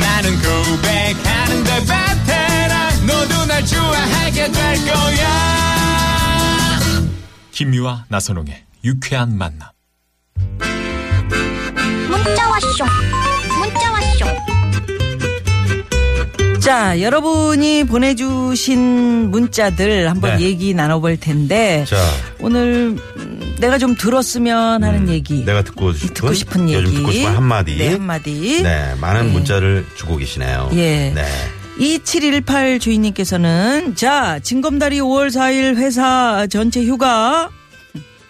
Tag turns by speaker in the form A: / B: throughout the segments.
A: 나는 고백하는데 베테랑 너도 날 좋아하게 될 거야. 김유와 나선홍의 유쾌한 만남.
B: 문자 왔쇼 문자 왔쇼
C: 자, 여러분이 보내주신 문자들 한번
D: 네.
C: 얘기 나눠볼 텐데
D: 자,
C: 오늘 음, 내가 좀 들었으면 하는 얘기,
D: 음, 내가 듣고 싶은,
C: 듣고 싶은 얘기,
D: 요즘 듣고 싶은 한마디.
C: 네, 한마디.
D: 네, 많은
C: 예.
D: 문자를 주고 계시네요.
C: 예.
D: 네.
C: 2718 주인님께서는 자, 징검다리 5월 4일 회사 전체 휴가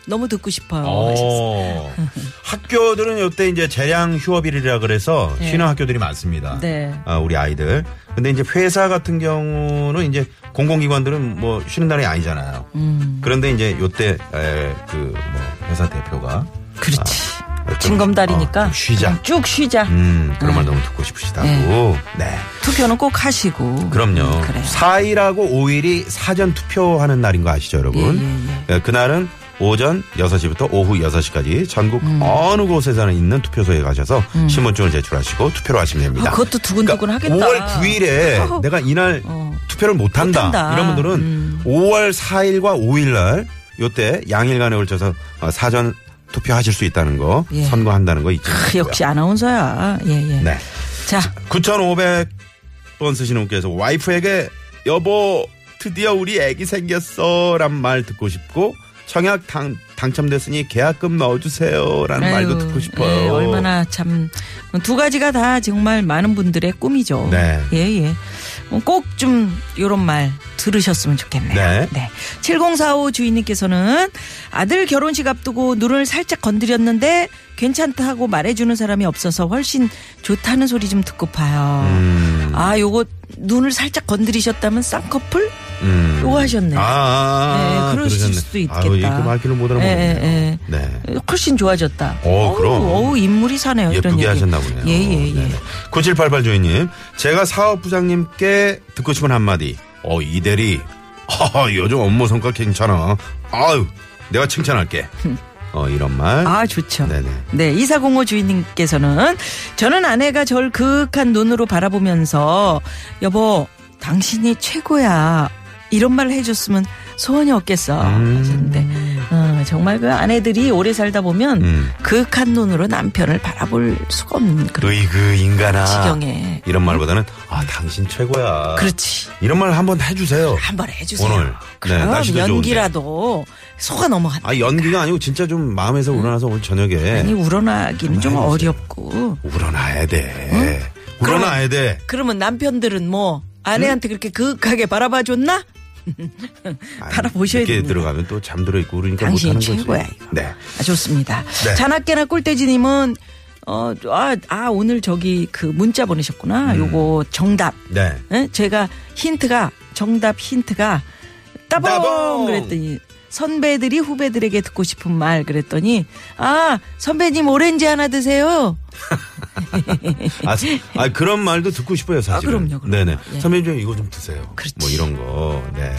C: 너무 듣고 싶어요. 하셨어요.
D: 오. 아, 학교들은 요때 이제 재량 휴업일이라 그래서
C: 예.
D: 쉬는 학교들이 많습니다.
C: 네.
D: 아, 우리 아이들. 근데 이제 회사 같은 경우는 이제 공공기관들은 뭐 쉬는 날이 아니잖아요.
C: 음.
D: 그런데 이제 요때 그뭐 회사 대표가
C: 그렇지.
D: 아, 좀,
C: 징검다리니까
D: 어, 좀 쉬자.
C: 그냥 쭉 쉬자.
D: 음, 그런
C: 네.
D: 말 너무 듣고 싶으시다고. 네.
C: 투표는 꼭 하시고.
D: 그럼요.
C: 음, 그래.
D: 4일하고 5일이 사전 투표하는 날인 거 아시죠, 여러분?
C: 예,
D: 예, 그날은 오전 6시부터 오후 6시까지 전국
C: 음.
D: 어느 곳에서나 있는 투표소에 가셔서 신분증을 제출하시고 투표를 하시면 됩니다.
C: 아, 그것도 두근두근 하겠다.
D: 5월 9일에
C: 아우.
D: 내가 이날
C: 어.
D: 투표를 못 한다.
C: 못한다.
D: 이런 분들은
C: 음.
D: 5월 4일과 5일 날 요때 양일간에 걸쳐서 어, 사전 투표하실 수 있다는 거
C: 예.
D: 선거한다는 거 잊지
C: 크,
D: 마시고요.
C: 역시 아나운서야. 예, 예.
D: 네.
C: 자,
D: 9,500번 쓰시는 분께서 와이프에게 여보 드디어 우리 애기 생겼어 란 말 듣고 싶고 청약 당, 당첨됐으니 계약금 넣어주세요 라는 말도
C: 아유,
D: 듣고 싶어요.
C: 예, 얼마나 참 두 가지가 다 정말 많은 분들의 꿈이죠.
D: 네.
C: 예, 예. 꼭 좀 요런 말 들으셨으면 좋겠네요.
D: 네.
C: 7045 주인님께서는 아들 결혼식 앞두고 눈을 살짝 건드렸는데 괜찮다고 말해주는 사람이 없어서 훨씬 좋다는 소리 좀 듣고 봐요.
D: 음,
C: 아, 요거 눈을 살짝 건드리셨다면 쌍꺼풀?
D: 음.
C: 요거 하셨네요.
D: 아, 아, 아,
C: 네, 그러실
D: 그러셨네.
C: 수도
D: 아유,
C: 있겠다.
D: 이거 말귀는 못 알아먹네요.
C: 예,
D: 네.
C: 훨씬 좋아졌다.
D: 어,
C: 어우,
D: 그럼.
C: 어우, 인물이 사네요. 이런
D: 예쁘게
C: 아, 얘기.
D: 하셨나 보네요.
C: 예, 예, 예.
D: 9788 주인님, 제가 사업 부장님께 듣고 싶은 한마디. 어, 이 대리. 허허, 요즘 업무 성과 괜찮아. 아유, 내가 칭찬할게. 어, 이런 말.
C: 아, 좋죠.
D: 네네.
C: 네, 2405 주인님께서는 저는 아내가 절 그윽한 눈으로 바라보면서 여보, 당신이 최고야. 이런 말을 해줬으면 소원이 없겠어.
D: 음.
C: 하셨는데, 어, 정말 그 아내들이 오래 살다 보면
D: 음.
C: 그윽한 눈으로 남편을 바라볼 수가 없는 그런
D: 으이그, 인간아.
C: 지경에.
D: 이런 말보다는, 아, 당신 최고야.
C: 그렇지. 아,
D: 이런 말 한번 해주세요.
C: 한 번 해주세요.
D: 오늘. 네,
C: 그럼
D: 날씨도 좋은데.
C: 연기라도 속아 넘어간다.
D: 아, 연기가 아니고 진짜 좀 마음에서 우러나서 오늘 저녁에.
C: 아니 우러나기는 좀
D: 네. 해주세요.
C: 어렵고
D: 우러나야 돼. 우러나야 돼.
C: 어? 그러면 남편들은 뭐 아내한테 그렇게 그윽하게 바라봐줬나?
D: 아니,
C: 바라보셔야
D: 늦게
C: 됩니다.
D: 들어가면 또 잠들어 있고 그러니까
C: 당신이
D: 못하는 거지.
C: 최고야, 이거.
D: 네.
C: 아, 좋습니다.
D: 네.
C: 자나깨나 꿀돼지님은 어, 아, 아, 오늘 저기 그 문자 보내셨구나.
D: 음.
C: 요거 정답.
D: 네.
C: 예? 제가 힌트가 정답 힌트가 따봉,
D: 따봉!
C: 그랬더니 선배들이 후배들에게 듣고 싶은 말 그랬더니 아 선배님 오렌지 하나 드세요.
D: 아, 스- 아, 그런 말도 듣고 싶어요, 사실.
C: 아, 그럼요, 그럼요.
D: 네네.
C: 예.
D: 선배님, 이거 좀 드세요.
C: 그렇지.
D: 뭐 이런 거. 네.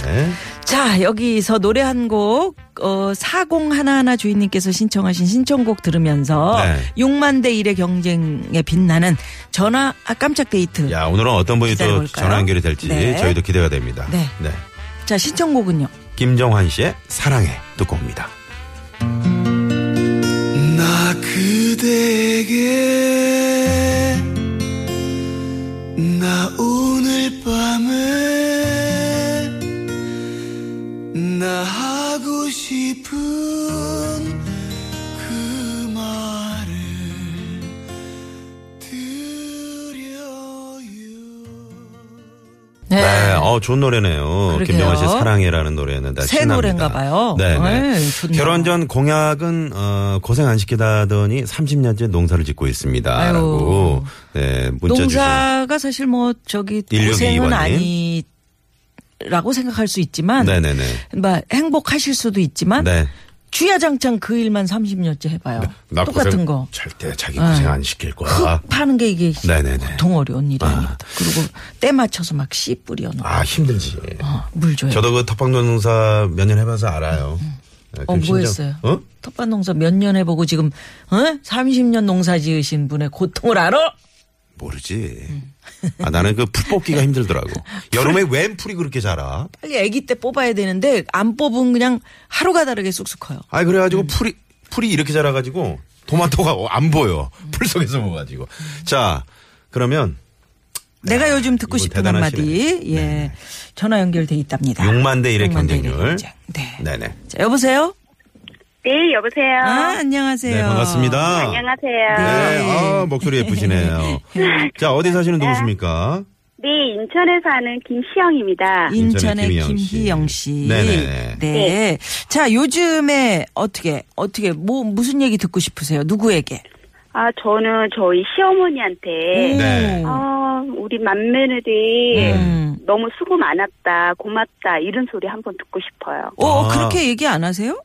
C: 자, 여기서 노래 한 곡, 어, 4011 주인님께서 신청하신 신청곡 들으면서
D: 네.
C: 6만 대 1의 경쟁에 빛나는 전화, 아, 깜짝 데이트.
D: 야, 오늘은 어떤 분이 또
C: 기다려볼까요?
D: 전화 연결이 될지
C: 네.
D: 저희도 기대가 됩니다.
C: 네. 자, 신청곡은요.
D: 김정환 씨의 사랑해 듣고 옵니다.
E: 나 그대에게 나 오늘 밤에 나 하고 싶은 그 말을 드려요
C: 네.
D: 어, 좋은 노래네요.
C: 그러게요.
D: 김정환 씨의 사랑해라는 노래였는데.
C: 새
D: 신납니다.
C: 노래인가 봐요.
D: 네네.
C: 에이, 좋네요.
D: 결혼 전 공약은, 어, 고생 안 시키다더니 30년째 농사를 짓고 있습니다.
C: 아유.
D: 라고, 네, 문자 주신
C: 농사가 사실 뭐, 저기,
D: 일육이
C: 고생은
D: 이번님.
C: 아니, 라고 생각할 수 있지만
D: 네네네.
C: 막 행복하실 수도 있지만
D: 네.
C: 주야장창 그 일만 30년째 해봐요.
D: 나
C: 똑같은
D: 고생
C: 거.
D: 절대 자기
C: 네. 그
D: 고생 안 시킬 거야.
C: 흙 파는 게 이게
D: 네네네.
C: 보통 어려운 일이 아. 니다 그리고 때 맞춰서 막 씨 뿌려 놓고
D: 아 힘들지.
C: 어, 물 줘요.
D: 저도 그 텃밭 농사 몇 년 해봐서 알아요. 네,
C: 어,
D: 그
C: 뭐
D: 심정-
C: 했어요?
D: 어?
C: 텃밭 농사 몇 년 해보고 지금 어? 30년 농사 지으신 분의 고통을 알아?
D: 모르지.
C: 음.
D: 아 나는 그 풀 뽑기가 힘들더라고. 여름에 웬 풀이 그렇게 자라?
C: 빨리 아기 때 뽑아야 되는데 안 뽑으면 그냥 하루가 다르게 쑥쑥 커요.
D: 아 그래가지고
C: 음.
D: 풀이 풀이 이렇게 자라가지고 토마토가 어, 안 보여.
C: 음.
D: 풀 속에서 먹어가지고. 자 그러면
C: 내가 요즘 듣고
D: 네. 이거
C: 싶은
D: 대단한
C: 한마디
D: 시간이네.
C: 예 전화 연결돼 있답니다.
D: 6만 대 1의
C: 6만 대 일의
D: 경쟁률.
C: 경쟁. 네.
D: 네네.
C: 자, 여보세요?
F: 네, 여보세요.
C: 아, 안녕하세요.
D: 네 반갑습니다. 네,
F: 안녕하세요.
D: 아, 목소리 예쁘시네요. 자, 어디 사시는 누구십니까?
F: 네, 인천에 사는 김시영입니다.
C: 인천의
D: 인천의 뭐, 김희영 씨.
C: 김희영 씨.
D: 네네네.
C: 네. 자, 요즘에 어떻게 어떻게 뭐 무슨 얘기 듣고 싶으세요? 누구에게?
F: 아, 저는 저희 시어머니한테,
D: 네.
C: 오.
F: 아, 우리 맏며느리
C: 음.
F: 너무 수고 많았다, 고맙다, 이런 소리 한번 듣고 싶어요.
C: 어,
D: 아.
C: 그렇게 얘기 안 하세요?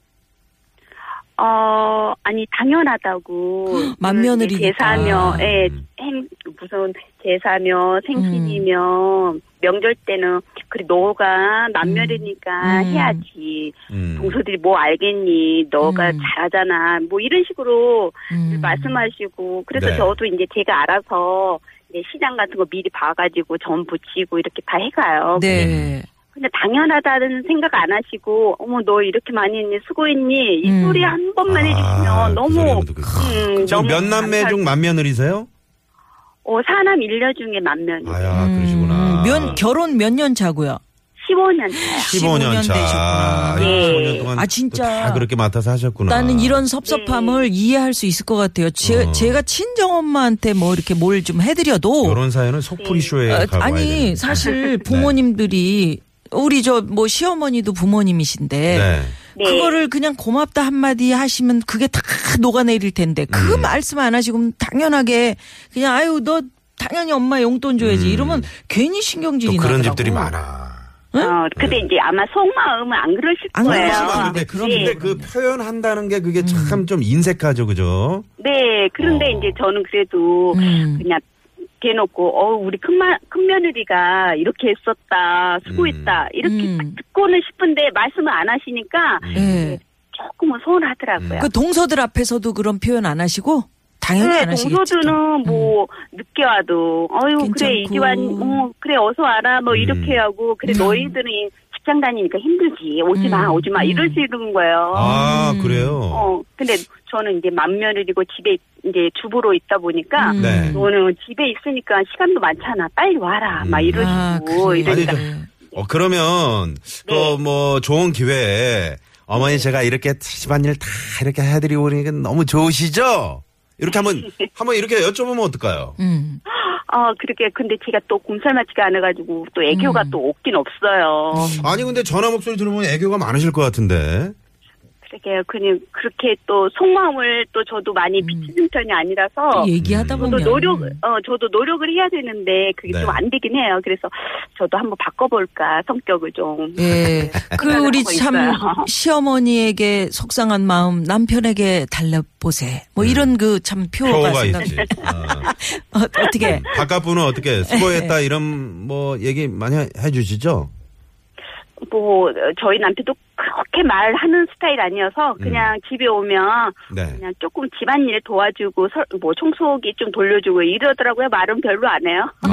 F: 어, 아니, 당연하다고.
C: 맏며느리니까. 아.
F: 제사며, 예, 행, 무슨 제사며, 생신이며,
C: 음.
F: 명절 때는, 그래, 너가 맏며느리니까
C: 음.
F: 해야지.
D: 음.
F: 동서들이 뭐 알겠니? 너가
C: 음.
F: 잘하잖아. 뭐 이런 식으로
C: 음.
F: 말씀하시고 그래서
D: 네.
F: 저도 이제 제가 알아서 이제 시장 같은 거 미리 봐가지고 전 붙이고 이렇게 다 해가요.
C: 네.
F: 근데 당연하다는 생각 안 하시고 어머 너 이렇게 많이 했니 수고했니 이
C: 음.
F: 소리 한 번만 해주시면
D: 아, 그 소리
F: 너무
D: 한번 듣고
F: 음,
D: 지금
F: 너무
D: 몇 남매
F: 감사-
D: 중 만면을이세요?
F: 어, 사남 일녀 중에 만면
D: 아야,
C: 음,
D: 그러시구나.
C: 면 결혼 몇 년 차고요?
F: 15년
D: 15년,
C: 15년
D: 차.
C: 되셨구나.
D: 아,
F: 네.
D: 15년 동안
C: 아, 진짜.
D: 다 그렇게 맡아서 하셨구나.
C: 나는 이런
F: 네.
C: 섭섭함을 이해할 수 있을 것 같아요. 제,
D: 어.
C: 제가 친정 엄마한테 뭐 이렇게 뭘 좀 해드려도
D: 이런 사연은 속풀이
F: 음.
D: 쇼에
C: 아,
D: 가고
C: 아니
D: 네.
C: 사실 부모님들이 우리 저 뭐 시어머니도 부모님이신데
D: 네.
F: 네.
C: 그거를 그냥 고맙다 한마디 하시면 그게 다 녹아내릴 텐데 그
D: 음.
C: 말씀 안 하시고 그럼 당연하게 그냥 아유 너 당연히 엄마 용돈 줘야지 이러면 괜히
D: 음. 또
C: 신경질이
D: 그런
C: 나더라고.
D: 집들이 많아.
F: 어, 근데 이제 아마 속마음은 안 그러실
C: 안
F: 거예요.
C: 그러실 것 같은데,
D: 근데,
F: 네,
C: 그럼-
D: 근데 그 표현한다는 게
C: 음.
D: 그게 참 좀 인색하죠, 그죠?
F: 네, 그런데
D: 어.
F: 이제 저는 그래도
C: 음.
F: 그냥 대놓고 어 우리 큰마 큰며느리가 이렇게 했었다 수고했다 이렇게
C: 음.
F: 딱 듣고는 싶은데 말씀을 안 하시니까
C: 예.
F: 조금은 뭐 서운하더라고요.
C: 그 동서들 앞에서도 그런 표현 안 하시고 당연히
F: 그래
C: 안 하시겠죠.
F: 네, 동서주는 뭐 늦게 와도 어유 그래
C: 괜찮고. 음.
F: 이기환 어 그래 어서 와라 뭐 이렇게 하고 그래 너희들은 직장 다니니까 힘들지 오지 마
C: 음.
F: 오지 마 이럴 수 있는 거예요.
D: 아, 그래요?
F: 어 근데 저는 이제 맏며느리고 집에 이제 주부로 있다 보니까
C: 음.
D: 네.
F: 너는 집에 있으니까 시간도 많잖아. 빨리 와라. 막
C: 아,
F: 이러시고
C: 그래.
F: 이러니까
D: 아니, 어, 그러면
F: 네.
D: 또 뭐 좋은 기회에 어머니 제가 이렇게 집안일 다 이렇게 해드리고 그러니까 너무 좋으시죠? 이렇게 한번 한번 이렇게 여쭤보면 어떨까요?
C: 음.
F: 아 그렇게 근데 제가 또 곰살맞지가 않아가지고 또 애교가 또 없긴 없어요.
C: 음.
D: 아니 근데 전화 목소리 들어보면 애교가 많으실 것 같은데.
F: 그렇게 그냥 그렇게 또 속마음을 또 저도 많이 비치는 편이 아니라서 예.
C: 얘기하다
F: 저도
C: 보면
F: 어. 음. 노력 어 저도 노력을 해야 되는데 그게
D: 네.
F: 좀 안 되긴 해요. 그래서 저도 한번 바꿔볼까 성격을 좀.
C: 예. 그
F: 생각을
C: 우리
F: 하고
C: 참
F: 있어요.
C: 시어머니에게 속상한 마음 남편에게 달래보세. 뭐 이런 그 참 표가
D: 효과가
C: 생각.
D: 음. 있지. 아.
C: 어, 어떻게? 네.
D: 바깥 분은 어떻게 수고했다 이런 뭐 얘기 많이 해주시죠?
F: 뭐 어, 저희 남편도 그렇게 말하는 스타일 아니어서 그냥 집에 오면
D: 네.
F: 그냥 조금 집안일 도와주고 설- 뭐 청소기 좀 돌려주고 이러더라고요. 말은 별로 안 해요.
C: 음,
D: 아.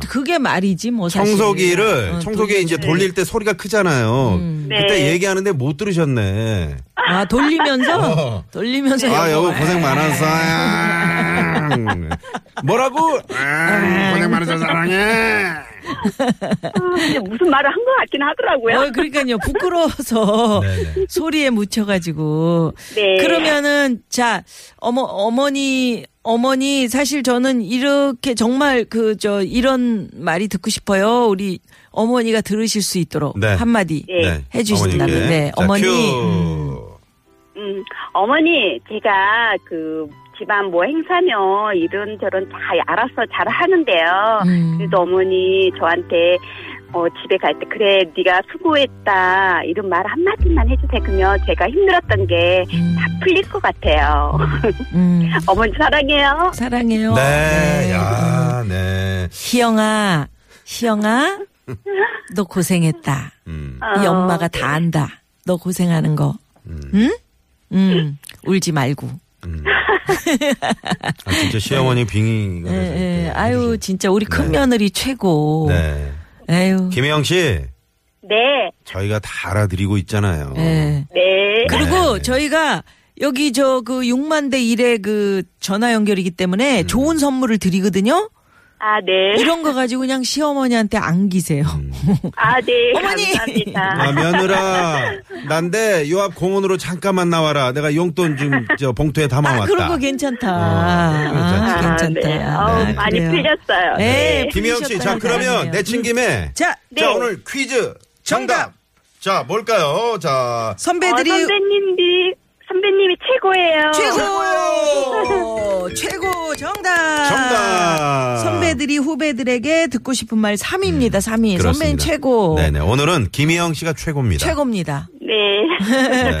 C: 그게 그게 말이지 뭐 사실.
D: 청소기를
C: 어, 음.
D: 청소기 이제
C: 돌리면서.
D: 돌릴 때 소리가 크잖아요.
F: 네.
D: 그때 얘기하는데 못 들으셨네.
C: 아 돌리면서
D: 어.
C: 돌리면서
D: 아, 여보
C: 여보.
D: 고생 많았어. 뭐라고? 아, 고생 많았어 사랑해.
F: 아, 근데 무슨 말을 한 것 같긴 하더라고요.
C: 네. 어, 그러니까요. 부끄러워서
D: 네네.
C: 소리에 묻혀가지고.
F: 네.
C: 그러면은 자 어머 어머니 어머니 사실 저는 이렇게 정말 그 저 이런 말이 듣고 싶어요. 우리 어머니가 들으실 수 있도록
D: 네.
C: 한마디
F: 네.
C: 예, 해주신다면
D: 어머니께.
C: 네
D: 자,
C: 어머니
D: 큐.
F: 음, 어머니, 제가 그 집안 뭐 행사며 이런저런 다 알아서 잘 하는데요.
C: 음.
F: 그래도 어머니 저한테 어, 집에 갈 때 그래 네가 수고했다 이런 말 한마디만 해주세요. 그러면 제가 힘들었던 게 다
C: 음,
F: 풀릴 것 같아요.
C: 음.
F: 어머니 사랑해요.
C: 사랑해요.
D: 네,
C: 네.
D: 야, 네.
C: 희영아, 희영아, 너 고생했다.
D: 음,
F: 어,
C: 이 엄마가 다 안다. 너 고생하는 거. 응? 응. 울지 말고.
D: 음. 아, 진짜 시어머니 빙의가
C: 예,
D: 돼서 이렇게
C: 예. 아유,
D: 해주신-
C: 진짜 우리 큰
D: 네.
C: 며느리 최고.
D: 네.
C: 아유.
D: 김혜영 씨,
F: 네,
D: 저희가 다 알아드리고 있잖아요.
C: 예.
F: 네.
C: 그리고
D: 네.
C: 저희가 여기 저 그 6만 대 1의 그 전화 연결이기 때문에 좋은 선물을 드리거든요.
F: 아, 네.
C: 이런 거 가지고 그냥 시어머니한테 안기세요.
F: 아, 네.
C: 어머니!
D: 아,
F: 감사합니다.
D: 며느라, 난데 요 앞 공원으로 잠깐만 나와라. 내가 용돈 좀 저 봉투에 담아왔다.
C: 아, 그런 거 괜찮다.
D: 어,
C: 아,
D: 괜찮지.
C: 괜찮다.
F: 네. 어우,
C: 아,
F: 많이
C: 그래요.
F: 풀렸어요.
C: 네.
D: 김혜영 씨, 자
C: 풀리셨다니
D: 그러면
C: 다행이네요.
D: 내친 김에
C: 자,
F: 네.
D: 자 오늘 퀴즈
C: 정답.
D: 정답. 자 뭘까요? 자
C: 선배들이
F: 어, 선배님이 선배님이 최고예요.
C: 최고! 최고! 정답!
D: 정답.
C: 선배들이 후배들에게 듣고 싶은 말 3위입니다, 3위. 선배님
D: 음, 그렇습니다.
C: 최고.
D: 네네 오늘은 김혜영 씨가 최고입니다.
C: 최고입니다.
F: 네.
D: 네네.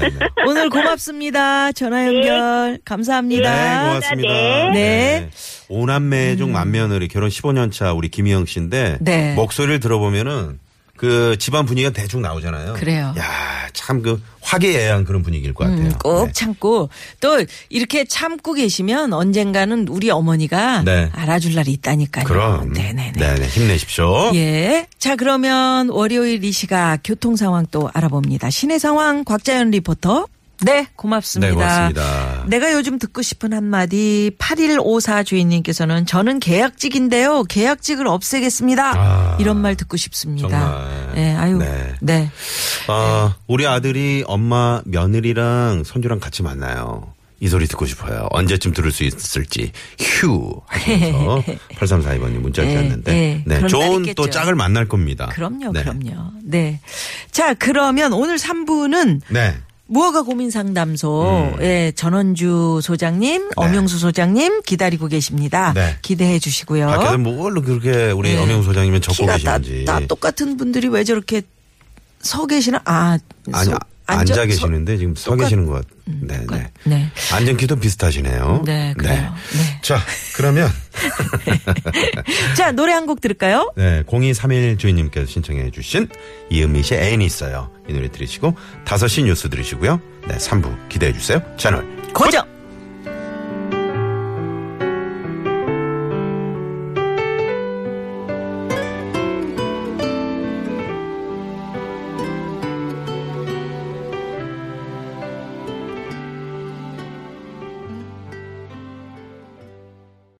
D: 네,
C: 오늘 고맙습니다. 전화 연결. 감사합니다.
D: 네, 고맙습니다.
F: 네.
C: 네. 음.
D: 오남매 중 만며느리 결혼 15년 차 우리 김혜영 씨인데
C: 네.
D: 목소리를 들어보면은 그 집안 분위기가 대충 나오잖아요.
C: 그래요.
D: 야참 그 화기애애한 그런 분위기일 것 같아요.
C: 음, 꼭
D: 네.
C: 참고 또 이렇게 참고 계시면 언젠가는 우리 어머니가
D: 네.
C: 알아줄 날이 있다니까요.
D: 그럼
C: 네네네.
D: 네네 힘내십시오.
C: 예. 자, 그러면 월요일 이 시각 교통 상황 또 알아봅니다. 시내 상황 곽자연 리포터. 네, 고맙습니다.
D: 네, 고맙습니다.
C: 내가 요즘 듣고 싶은 한마디 8154 주인님께서는 저는 계약직인데요. 계약직을 없애겠습니다.
D: 아,
C: 이런 말 듣고 싶습니다.
D: 정말.
C: 예, 아유.
D: 네.
C: 네.
D: 아, 우리 아들이 엄마 며느리랑 선주랑 같이 만나요. 이 소리 듣고 싶어요. 언제쯤 들을 수 있을지 휴 하면서 8342번님 문자
C: 네,
D: 주셨는데
C: 네.
D: 네,
C: 그런 날이
D: 좋은
C: 있겠죠.
D: 또 짝을 만날 겁니다.
C: 그럼요,
D: 네.
C: 그럼요. 네. 자, 그러면 오늘 3부는
D: 네. 음.
C: 무허가 고민 상담소 예, 전원주 소장님, 엄영수 소장님 기다리고 계십니다.
D: 네.
C: 기대해 주시고요.
D: 밖에서 뭘로 그렇게 우리 엄영 소장님은 적고
C: 어? 네. 키가 다,
D: 계시는지
C: 다 똑같은 분들이 왜 저렇게 서 계시나? 아,
D: 아니
C: 서-
D: 앉아,
C: 앉아- 서-
D: 계시는데 지금 서
C: 똑같-
D: 계시는 것 같네.
C: 똑같-
D: 네.
C: 네.
D: 앉은 키도 비슷하시네요.
C: 네, 그래요. 네.
D: 자, 그러면
C: 자, 노래 한 곡 들을까요?
D: 네, 0231 주인님께서 신청해 주신 이은미 씨의 애인이 있어요. 이 노래 들으시고 5시 뉴스 들으시고요. 네, 3부 기대해 주세요. 채널
C: 고정!